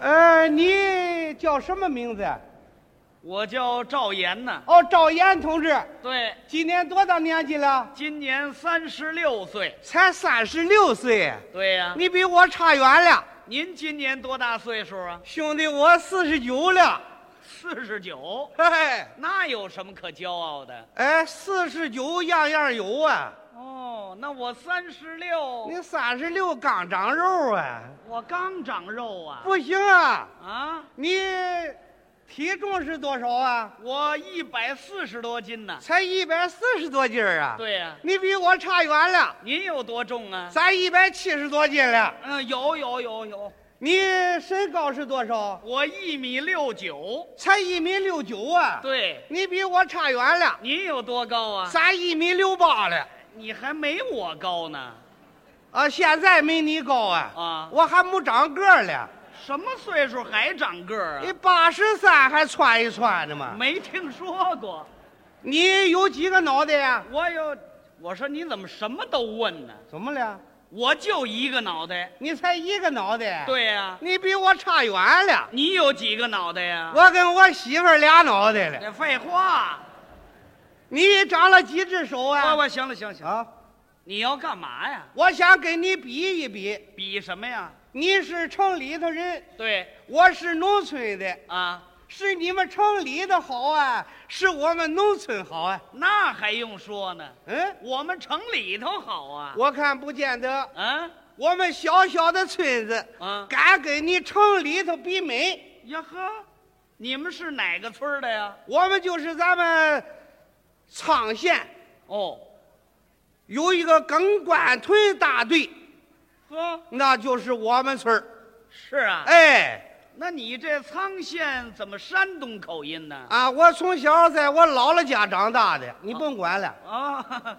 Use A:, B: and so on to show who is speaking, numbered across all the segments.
A: 呃，你叫什么名字？
B: 我叫赵岩呐。
A: 哦，赵岩同志，
B: 对，
A: 今年多大年纪了？
B: 今年三十六岁。
A: 才三十六岁，
B: 对呀、
A: 你比我差远了。
B: 您今年多大岁数啊？
A: 兄弟，我四十九了。
B: 四十九，
A: 嘿嘿，
B: 那有什么可骄傲的？
A: 哎，四十九样样有啊。
B: 哦，那我三十六，
A: 你三十六刚长肉啊，
B: 我刚长肉啊！
A: 不行啊！
B: 啊，
A: 你体重是多少啊？
B: 我一百四十多斤呢。
A: 才一百四十多斤儿啊！，
B: 对呀、
A: 你比我差远了，
B: 您有多重啊？
A: 咱一百七十多斤了。
B: 嗯、有有有有，
A: 你身高是多少？
B: 我一米六九。
A: 才一米六九啊！
B: 对，
A: 你比我差远了，
B: 您有多高啊？
A: 咱一米六八了。
B: 你还没我高呢。
A: 啊，现在没你高啊！
B: 啊
A: 我还没长个儿了，
B: 什么岁数还长个儿
A: 你
B: 啊？
A: 八十三还窜一窜的吗？
B: 没听说过。
A: 你有几个脑袋呀、
B: 我有，我说你怎么什么都问呢？
A: 怎么了？
B: 我就一个脑袋。
A: 你才一个脑袋，，
B: 对呀、
A: 你比我差远了。
B: 你有几个脑袋呀、
A: 我跟我媳妇儿俩脑袋了。
B: 这废话。
A: 你长了几只手啊？
B: 我我行了行了行了，
A: 啊，
B: 你要干嘛呀？
A: 我想跟你比一比。
B: 比什么呀？
A: 你是城里头人，
B: 对
A: 我是农村的，
B: 啊，
A: 是你们城里的好啊，是我们农村好啊。
B: 那还用说呢？
A: 嗯，
B: 我们城里头好啊。
A: 我看不见得，
B: 嗯
A: 我们小小的村子，
B: 啊
A: 敢跟你城里头比美，
B: 呀呵，你们是哪个村儿的呀？
A: 我们就是咱们沧县
B: 哦，
A: 有一个耿关屯大队，
B: 呵，
A: 那就是我们村儿。
B: 是啊。
A: 哎，
B: 那你这沧县怎么山东口音呢？
A: 啊，我从小在我姥姥家长大的，你甭管了。
B: 啊、哦，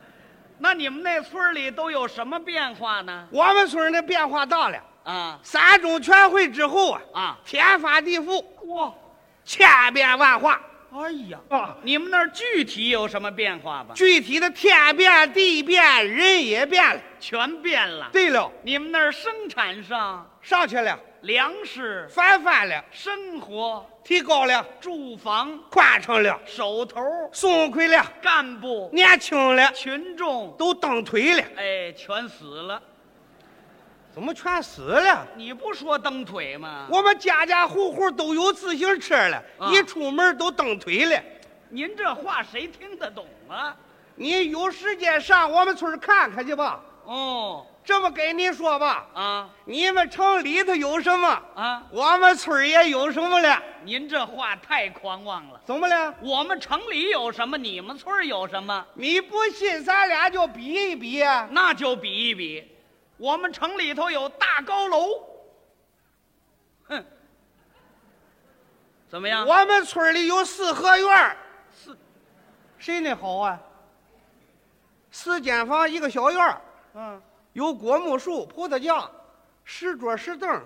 B: 那你们那村儿里都有什么变化呢？
A: 我们村儿的变化大了，
B: 啊
A: 三中全会之后啊，
B: 啊，
A: 天翻地覆，
B: 哇，
A: 千变万化
B: 哎呀，
A: 啊。
B: 你们那儿具体有什么变化吧？
A: 具体的天变地变，人也变了。
B: 全变了。
A: 对了，
B: 你们那儿生产上
A: 上去了，
B: 粮食、
A: 翻番了，
B: 生活、
A: 提高了，
B: 住房、
A: 宽敞了，
B: 手头、
A: 松快了，
B: 干部、
A: 年轻了，
B: 群众，
A: 都蹬腿了，
B: 哎，全死了。
A: 怎么全死了？
B: 你不说蹬腿吗？
A: 我们家家户户都有自行车了，
B: 啊
A: 一出门都蹬腿了。
B: 您这话谁听得懂啊？
A: 你有时间上我们村儿看看去吧。
B: 哦，
A: 这么跟你说吧，
B: 啊
A: 你们城里头有什么，
B: 啊，
A: 我们村儿也有什么了？
B: 您这话太狂妄了。
A: 怎么了？
B: 我们城里有什么，你们村儿有什么，
A: 你不信，咱俩就比一比啊！
B: 那就比一比。我们城里头有大高楼，哼，怎么样？
A: 我们村儿里有四合院儿
B: 四
A: 谁那好啊？四间房一个小院儿
B: 嗯，
A: 有果木树、葡萄架、石桌、石凳儿。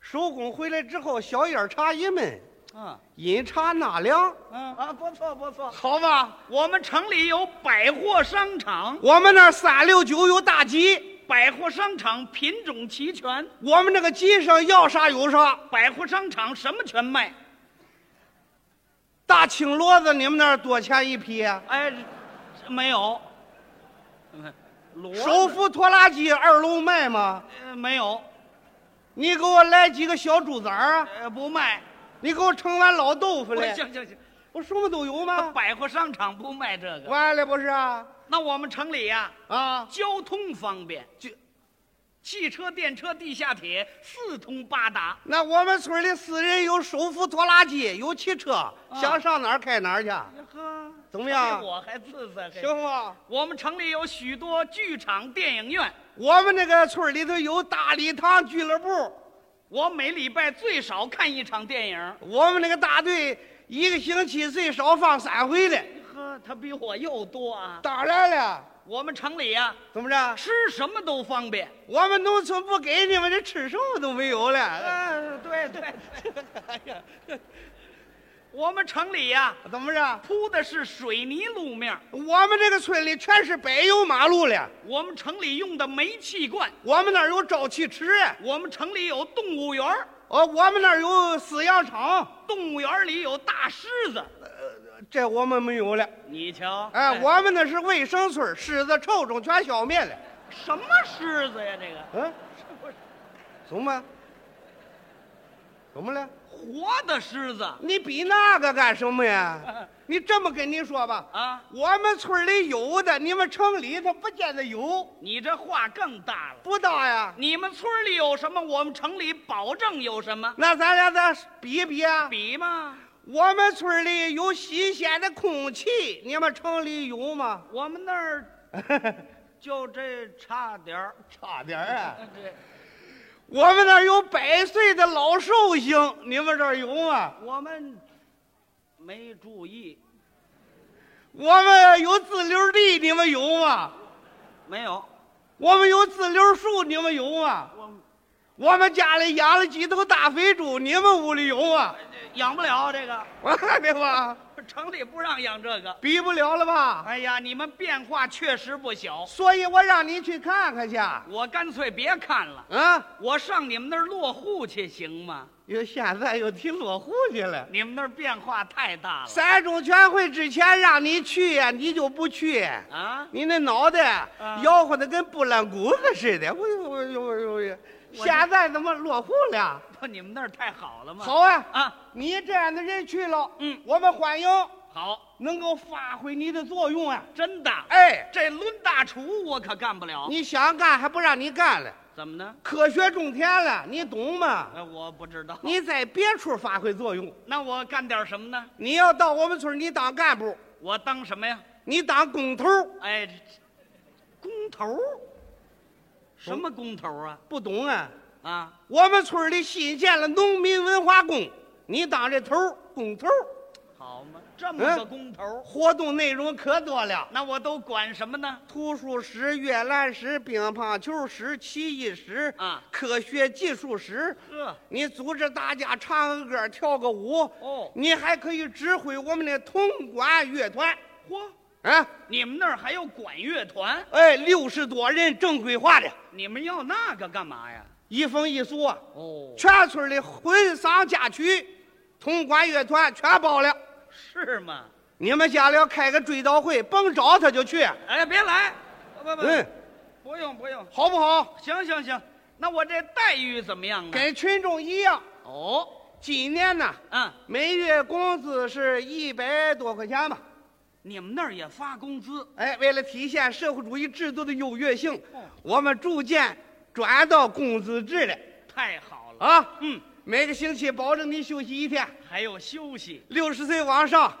A: 收工回来之后，小烟儿茶一闷，
B: 嗯
A: 饮茶纳凉，
B: 嗯啊，不错不错。
A: 好吧？
B: 我们城里有百货商场，
A: 我们那儿三六九有大集，
B: 百货商场品种齐全，
A: 我们那个集上要啥有啥。
B: 百货商场什么全卖。
A: 大青骡子，你们那儿多少钱一匹啊？
B: 哎，这没有，嗯骡子
A: 手扶拖拉机二楼卖吗？
B: 呃没有，
A: 你给我来几个小猪崽儿啊，
B: 呃不卖。
A: 你给我盛碗老豆腐来
B: 行。行行，
A: 我什么都有吗？
B: 百货商场不卖这个。
A: 完了不是啊？
B: 那我们城里呀、
A: 啊，
B: 交通方便，
A: 这
B: 汽车、电车、地下铁四通八达。
A: 那我们村里私人有手扶拖拉机，有汽车，想上哪儿开哪儿去，
B: 呵，
A: 怎么样
B: 比哎我还自在。嘿，
A: 行吗？
B: 我们城里有许多剧场、电影院，
A: 我们那个村里头有大礼堂俱乐部，
B: 我每礼拜最少看一场电影。
A: 我们那个大队一个星期最少放三回的。
B: 呵，哎他比我又多啊！
A: 当然了，
B: 我们城里呀、
A: 怎么着？
B: 吃什么都方便。
A: 我们农村不给你们，这吃什么都没有了。
B: 嗯，对对对。哎呀， 我们城里呀、
A: 怎么着？
B: 铺的是水泥路面儿，
A: 我们这个村里全是柏油马路了，
B: 我们城里用的煤气罐，
A: 我们那儿有沼气池啊，
B: 我们城里有动物园儿
A: 哦，我们那儿有饲养场，
B: 动物园里有大狮子，
A: 这我们没有了。
B: 你瞧，
A: 哎，我们那是卫生村，狮子、臭虫全消灭了。
B: 什么狮子呀？这个
A: 嗯，
B: 是不是
A: 怎么？怎么了？
B: 活的狮子
A: 你比那个干什么 呀？你这么跟你说吧，
B: 啊？
A: 我们村里有的，你们城里头不见得有，
B: 你这话更大了。
A: 不大呀。
B: 你们村里有什么，我们城里保证有什么。
A: 那咱俩再比比啊，
B: 比嘛，
A: 我们村里有新鲜的空气，你们城里有吗？
B: 我们那儿就这差点儿。
A: 差点儿啊！
B: 对，
A: 我们那儿有百岁的老寿星，你们这儿有吗？
B: 我们没注意，
A: 我们有自留地，你们有吗？
B: 没有，
A: 我们有自留树，你们有吗？
B: 我们
A: 我们家里养了几头大肥猪，你们屋里有吗？
B: 养不了这个，
A: 我看见吧，
B: 城里不让养这个。
A: 比不了了吧？
B: 哎呀，你们变化确实不小，
A: 所以我让你去看看去。
B: 我干脆别看了，
A: 啊，
B: 我上你们那儿落户去行吗？
A: 又现在又提落户去了。
B: 你们那儿变化太大了
A: 三中全会之前让你去呀，你就不去。
B: 啊！
A: 你那脑袋
B: 啊
A: 摇晃的跟拨浪鼓子似的，哎我我我我我，哎现在怎么落户了？
B: 不，你们那儿太好了吗？
A: 好啊，
B: 啊，
A: 你这样的人去了，
B: 嗯，
A: 我们欢迎，
B: 好，
A: 能够发挥你的作用啊！
B: 真的。
A: 哎，
B: 这抡大厨我可干不了。
A: 你想干还不让你干了，
B: 怎么呢？
A: 科学种田了，你懂吗？
B: 哎，我不知道。
A: 你在别处发挥作用，
B: 那我干点什么呢？
A: 你要到我们村儿，你当干部，
B: 我当什么呀？
A: 你当工头，
B: 哎，这这工头儿什
A: 哦
B: 么工头儿啊？
A: 不懂啊？
B: 啊，
A: 我们村儿里新建了农民文化宫，你当这头儿工头儿，
B: 好嘛，这么
A: 嗯
B: 个工头儿，
A: 活动内容可多了。
B: 那我都管什么呢？
A: 图书室、阅览室、乒乓球室、棋艺室
B: 啊
A: 科学技术室。
B: 呵，
A: 你组织大家唱个歌、跳个舞，
B: 哦
A: 你还可以指挥我们的铜管乐团
B: 嚯，
A: 啊！
B: 你们那儿还有管乐团？
A: 哎，六十多人正规化的，
B: 你们要那个干嘛呀？
A: 一风一俗啊！
B: 哦，
A: 全村的婚丧嫁娶，铜管乐团全包了。
B: 是吗？
A: 你们家里要开个追悼会，甭找他就去，
B: 哎，别来，不不不，
A: 嗯，
B: 不用不用，
A: 好不好？
B: 行行行，那我这待遇怎么样呢？
A: 跟群众一样。
B: 哦，
A: 今年呢，
B: 嗯，
A: 每月工资是一百多块钱吧。
B: 你们那儿也发工资？
A: 哎，为了体现社会主义制度的优越性
B: 哦，
A: 我们逐渐转到工资制了
B: 太好了，
A: 啊！
B: 嗯，
A: 每个星期保证你休息一天，
B: 还有休息，
A: 六十岁往上，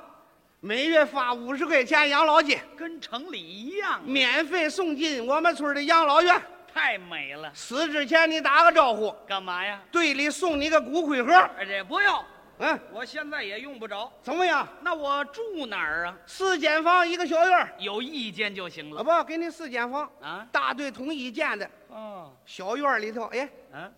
A: 每月发五十块钱养老金，
B: 跟城里一样，
A: 免费送进我们村的养老院。
B: 太美了。
A: 死之前你打个招呼，
B: 干嘛呀？
A: 队里送你个骨灰盒。
B: 哎，这不要，
A: 嗯，
B: 我现在也用不着。
A: 怎么样？
B: 那我住哪儿啊？
A: 四间房一个小院儿，
B: 有意见就行
A: 老
B: 了
A: 婆给你四间房，
B: 啊。
A: 大队统一建的
B: 哦，
A: 小院儿里头，哎，
B: 啊，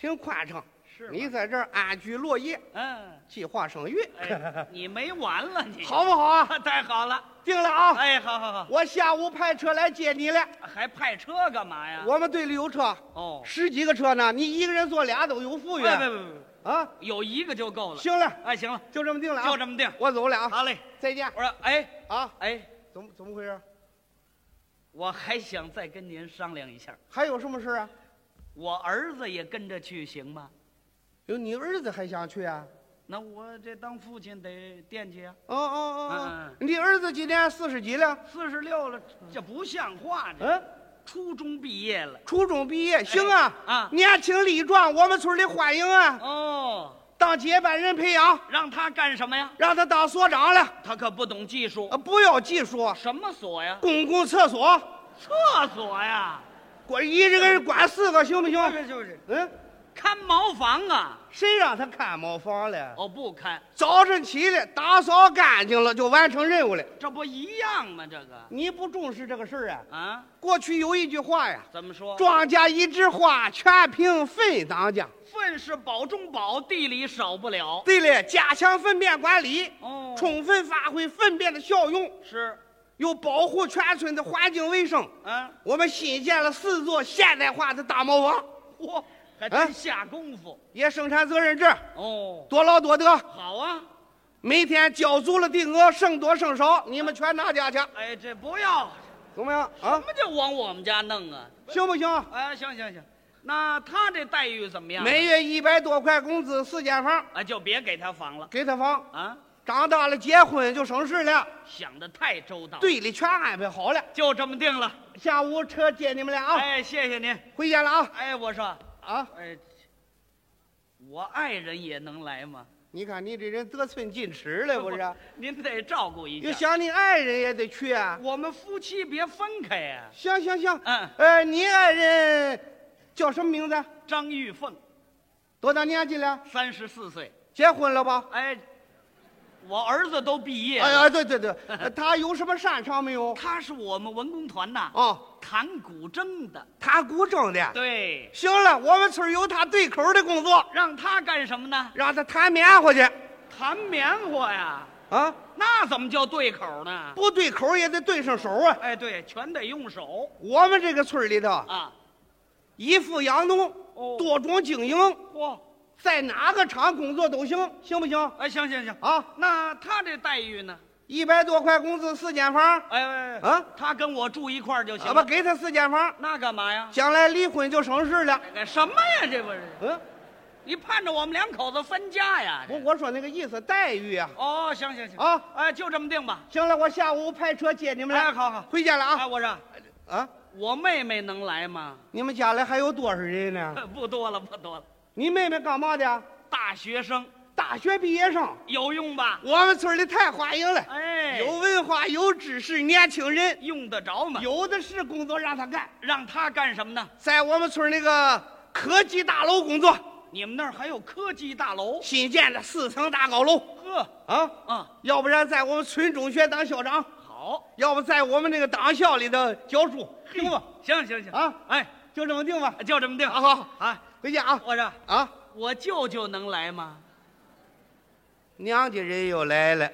A: 挺宽敞。
B: 是
A: 你
B: 吗？
A: 在这儿安居乐业，
B: 嗯，
A: 计划生育，
B: 哎，你没完了你。
A: 好不好啊？
B: 啊， 太好了。
A: 定了啊！
B: 哎，好好好，
A: 我下午派车来接你了。
B: 还派车干嘛呀？
A: 我们队里有车，
B: 哦，
A: 十几个车呢，你一个人坐俩都有富
B: 不
A: 裕
B: 不不不，
A: 啊！
B: 有一个就够了。，
A: 行了，
B: 哎，行了，
A: 就这么定了啊！
B: 就这么定。
A: 我走了啊！
B: 好嘞。
A: 再见
B: 我说，哎
A: 啊！
B: 哎，
A: 怎么怎么回事？
B: 我还想再跟您商量一下，
A: 还有什么事啊？
B: 我儿子也跟着去行吗？
A: 有你儿子还想去啊？
B: 那我这当父亲得惦记啊，
A: 哦哦哦
B: 嗯！
A: 你儿子今年四十几了？
B: 四十六了，这不像话，这
A: 嗯，
B: 初中毕业了。
A: 初中毕业，行啊
B: 啊
A: 年轻力壮，我们村里欢迎啊！
B: 哦，
A: 当接班人培养，
B: 让他干什么呀？
A: 让他当所长了。
B: 他可不懂技术
A: 啊，。不要技术，
B: 什么所呀？
A: 公共厕所
B: 厕所呀？
A: 管一个人管四个行不行？
B: 哦就是
A: 嗯，
B: 看茅房啊？
A: 谁让他看茅房了？
B: 哦，不看，
A: 早晨起来打扫干净了就完成任务了。
B: 这不一样吗？这个
A: 你不重视这个事儿啊？
B: 啊，
A: 过去有一句话呀
B: 怎么：“说？
A: 庄稼一枝花，全凭粪当家。
B: 粪是宝中宝，地里少不”了。
A: 对了，加强粪便管理，
B: 哦，
A: 充分发挥粪便的效用，
B: 是，
A: 又保护全村的环境卫生。
B: 啊，
A: 我们新建了四座现代化的大茅房，
B: 嚯，还
A: 啊
B: 真下功夫
A: 也生产责任制，
B: 哦。
A: 多劳多得。
B: 好啊，
A: 每天交足了定额，剩多剩少，你们全拿家去，
B: 哎，这不要
A: 怎么样
B: 什
A: 啊？
B: 么就往我们家弄啊？
A: 行不行？
B: 哎，行行行，那他这待遇怎么样？
A: 每月一百多块工资，四间房，
B: 啊，就别给他房了
A: 给他房。
B: 啊！
A: 长大了结婚就省事了，
B: 想的太周到，，
A: 队里全安排好了。
B: 就这么定了。
A: 下午车接你们俩啊，
B: 哎，谢谢您。
A: 回家了啊
B: 哎，我说，
A: 啊！
B: 哎，我爱人也能来吗？
A: 你看你这人得寸进尺了，不是？啊
B: 您得照顾一
A: 又
B: 下。
A: 想你爱人也得去啊。
B: 我们夫妻别分开呀、
A: 行行行，
B: 嗯
A: 呃，你爱人叫什么名字？
B: 张玉凤，
A: 多大年纪了？
B: 三十四岁。
A: 结婚了吧？
B: 哎，我儿子都毕业了。
A: 哎呀，对对对， 呃他有什么擅长没有？
B: 他是我们文工团呐，
A: 哦，
B: 弹古筝的。
A: 他古筝的。
B: 对，
A: 行了，我们村儿有他对口的工作，
B: 让他干什么呢？
A: 让他弹棉花去
B: 弹棉花呀，
A: 啊！
B: 那怎么叫对口呢？
A: 不对口也得对上手啊。
B: 哎，对，全得用手
A: 我们这个村儿里头，
B: 啊。
A: 以富养农，
B: 哦
A: 多种经营，
B: 嚯，
A: 在哪个厂工作都行，行不行？
B: 哎，行行行，
A: 啊，
B: 那他这待遇呢？
A: 一百多块工资，四间房，
B: 哎哎，哎
A: 啊
B: 他跟我住一块儿就行
A: 啊
B: 了。
A: 不，给他四间房，
B: 那干嘛呀？
A: 将来离婚就省事了。
B: 哎什么呀？这不是
A: 嗯，
B: 你盼着我们两口子分家呀？
A: 我我说那个意思待遇啊。
B: 哦，行行行
A: 啊，
B: 哎，就这么定吧。
A: 行了，我下午派车接你们
B: 哎，
A: 俩，
B: 好好。
A: 回家了
B: 哎，
A: 啊
B: 我说
A: 啊！
B: 我妹妹能来吗？
A: 你们家里还有多少人呢？
B: 不多了，不多了。
A: 你妹妹干嘛的？
B: 大学生
A: 大学毕业生。
B: 有用吧？
A: 我们村里太欢迎了，
B: 哎，
A: 有文化、有知识，年轻人
B: 用得着吗？
A: 有的是工作让他干。
B: 让他干什么呢？
A: 在我们村那个科技大楼工作，
B: 你们那儿还有科技大楼？
A: 新建的四层大高楼
B: 呵，
A: 啊。
B: 啊，
A: 要不然在我们村中学当校长，
B: 好，
A: 要不在我们那个党校里头教书，
B: 定吧，行行行
A: 啊
B: 哎，
A: 就这么定吧。
B: 就这么定。
A: 啊，好，好
B: 啊，
A: 回家啊
B: 我说
A: 啊！
B: 我舅舅能来吗？
A: 娘家人又来了，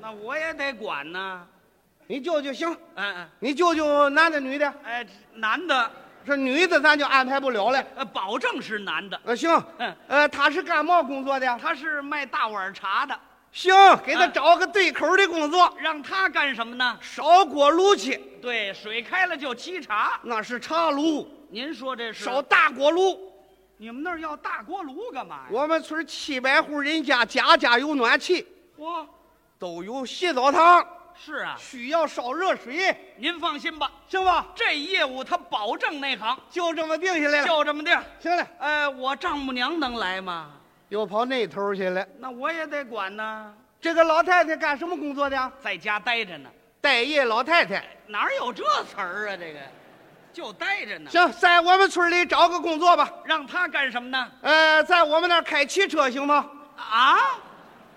B: 那我也得管呢。
A: 你舅舅行，
B: 嗯嗯，
A: 你舅舅男的女的，
B: 哎，这男的，
A: 这女的咱就安排不了了。
B: 呃，保证是男的。
A: 呃，行
B: 嗯，
A: 呃，他是干嘛工作的？
B: 他是卖大碗茶的，
A: 行，给他找个对口的工作，
B: 让他干什么呢？
A: 烧锅炉去，
B: 对，水开了就沏茶。
A: 那是茶炉，
B: 您说这是
A: 烧？大锅炉。
B: 你们那儿要大锅炉干嘛呀？
A: 我们村七百户人家，家家有暖气，
B: 我，
A: 都有洗澡堂，
B: 是啊，
A: 需要烧热水，
B: 您放心吧，
A: 行吧？
B: 这业务他保证内行，
A: 就这么定下来了。
B: 就这么定。
A: 行了，
B: 哎，我丈母娘能来吗？
A: 又跑那头去了。
B: 那我也得管呢，
A: 这个老太太干什么工作的？
B: 在家待着呢，
A: 待业老太太。
B: 哪儿有这词儿啊？这个，就待着呢。
A: 行，在我们村里找个工作吧。
B: 让他干什么呢？
A: 呃，在我们那儿开汽车行吗？
B: 啊，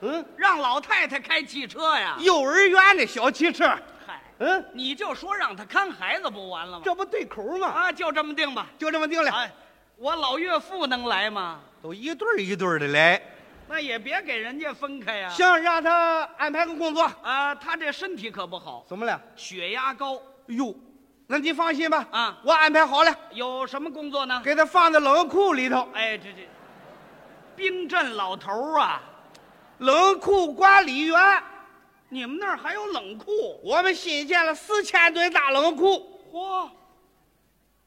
A: 嗯，
B: 让老太太开汽车呀？
A: 幼儿园的小汽车。
B: 嗨，
A: 嗯，
B: 你就说让他看孩子不完了吗？
A: 这不对口吗？
B: 啊，就这么定吧。
A: 就这么定了。
B: 哎，我老岳父能来吗？
A: 都一对儿一对儿的来。
B: 那也别给人家分开呀、
A: 行，让他安排个工作。
B: 啊，他这身体可不好，
A: 怎么了？
B: 血压高，
A: 哟，那你放心吧，
B: 啊
A: 我安排好了，
B: 有什么工作呢？
A: 给他放在冷库里头，
B: 哎，这这，冰镇老头儿啊，
A: 冷库管理员。
B: 你们那儿还有冷库？
A: 我们新建了四千吨大冷库，
B: 嚯，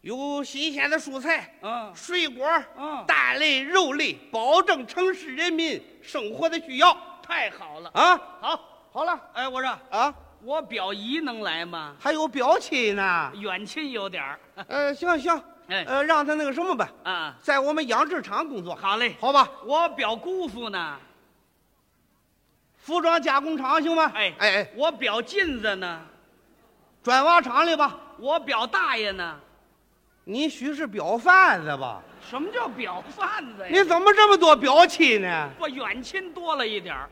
A: 有新鲜的蔬菜、
B: 嗯
A: 水果、
B: 嗯
A: 蛋类、肉类，保证城市人民生活的需要
B: 太好了。
A: 啊。
B: 好，
A: 好了
B: 哎，我说
A: 啊，
B: 我表姨能来吗？
A: 还有表亲呢。
B: 远亲有点儿
A: 呃，行行，
B: 哎
A: 呃，让他那个什么吧，
B: 啊。
A: 在我们养殖场工作，
B: 好嘞，
A: 好吧？
B: 我表姑父呢？
A: 服装加工厂行吗？
B: 哎
A: 哎哎，
B: 我表妗子呢？
A: 砖瓦厂里吧。
B: 我表大爷呢？
A: 你许是表贩子吧？
B: 什么叫表贩子呀？
A: 你怎么这么多表亲呢？
B: 我远亲多了一点儿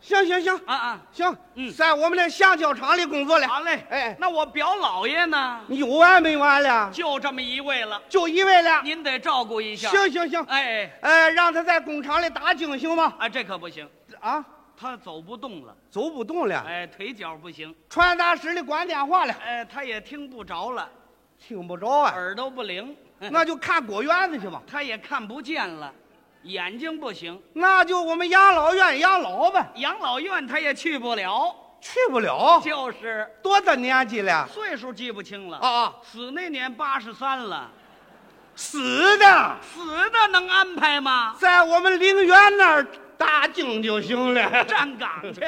A: 行行行
B: 啊啊。
A: 行，
B: 嗯
A: 在我们那橡胶厂里工作了。
B: 好嘞，
A: 哎
B: 那我表姥爷呢？
A: 你有完没完了？
B: 就这么一位了，
A: 就一位了。
B: 您得照顾一下。
A: 行行行，
B: 哎，哎
A: 呃，让他在工厂里打井行吗？
B: 啊，这可不行，
A: 啊，
B: 他走不动了，
A: 走不动了。
B: 哎，腿脚不行，
A: 传达室里管电话了，
B: 哎，他也听不着了，
A: 听不着啊。
B: 耳朵不灵，
A: 那就看果园子去吧。
B: 他也看不见了，眼睛不行，
A: 那就我们养老院养老呗，
B: 养老院他也去不了，
A: 去不了，
B: 就是
A: 多大年纪了？
B: 岁数记不清了。
A: 啊啊，
B: 死那年八十三了，
A: 死的，
B: 死的能安排吗？
A: 在我们陵园那儿搭井就行了。
B: 站岗去。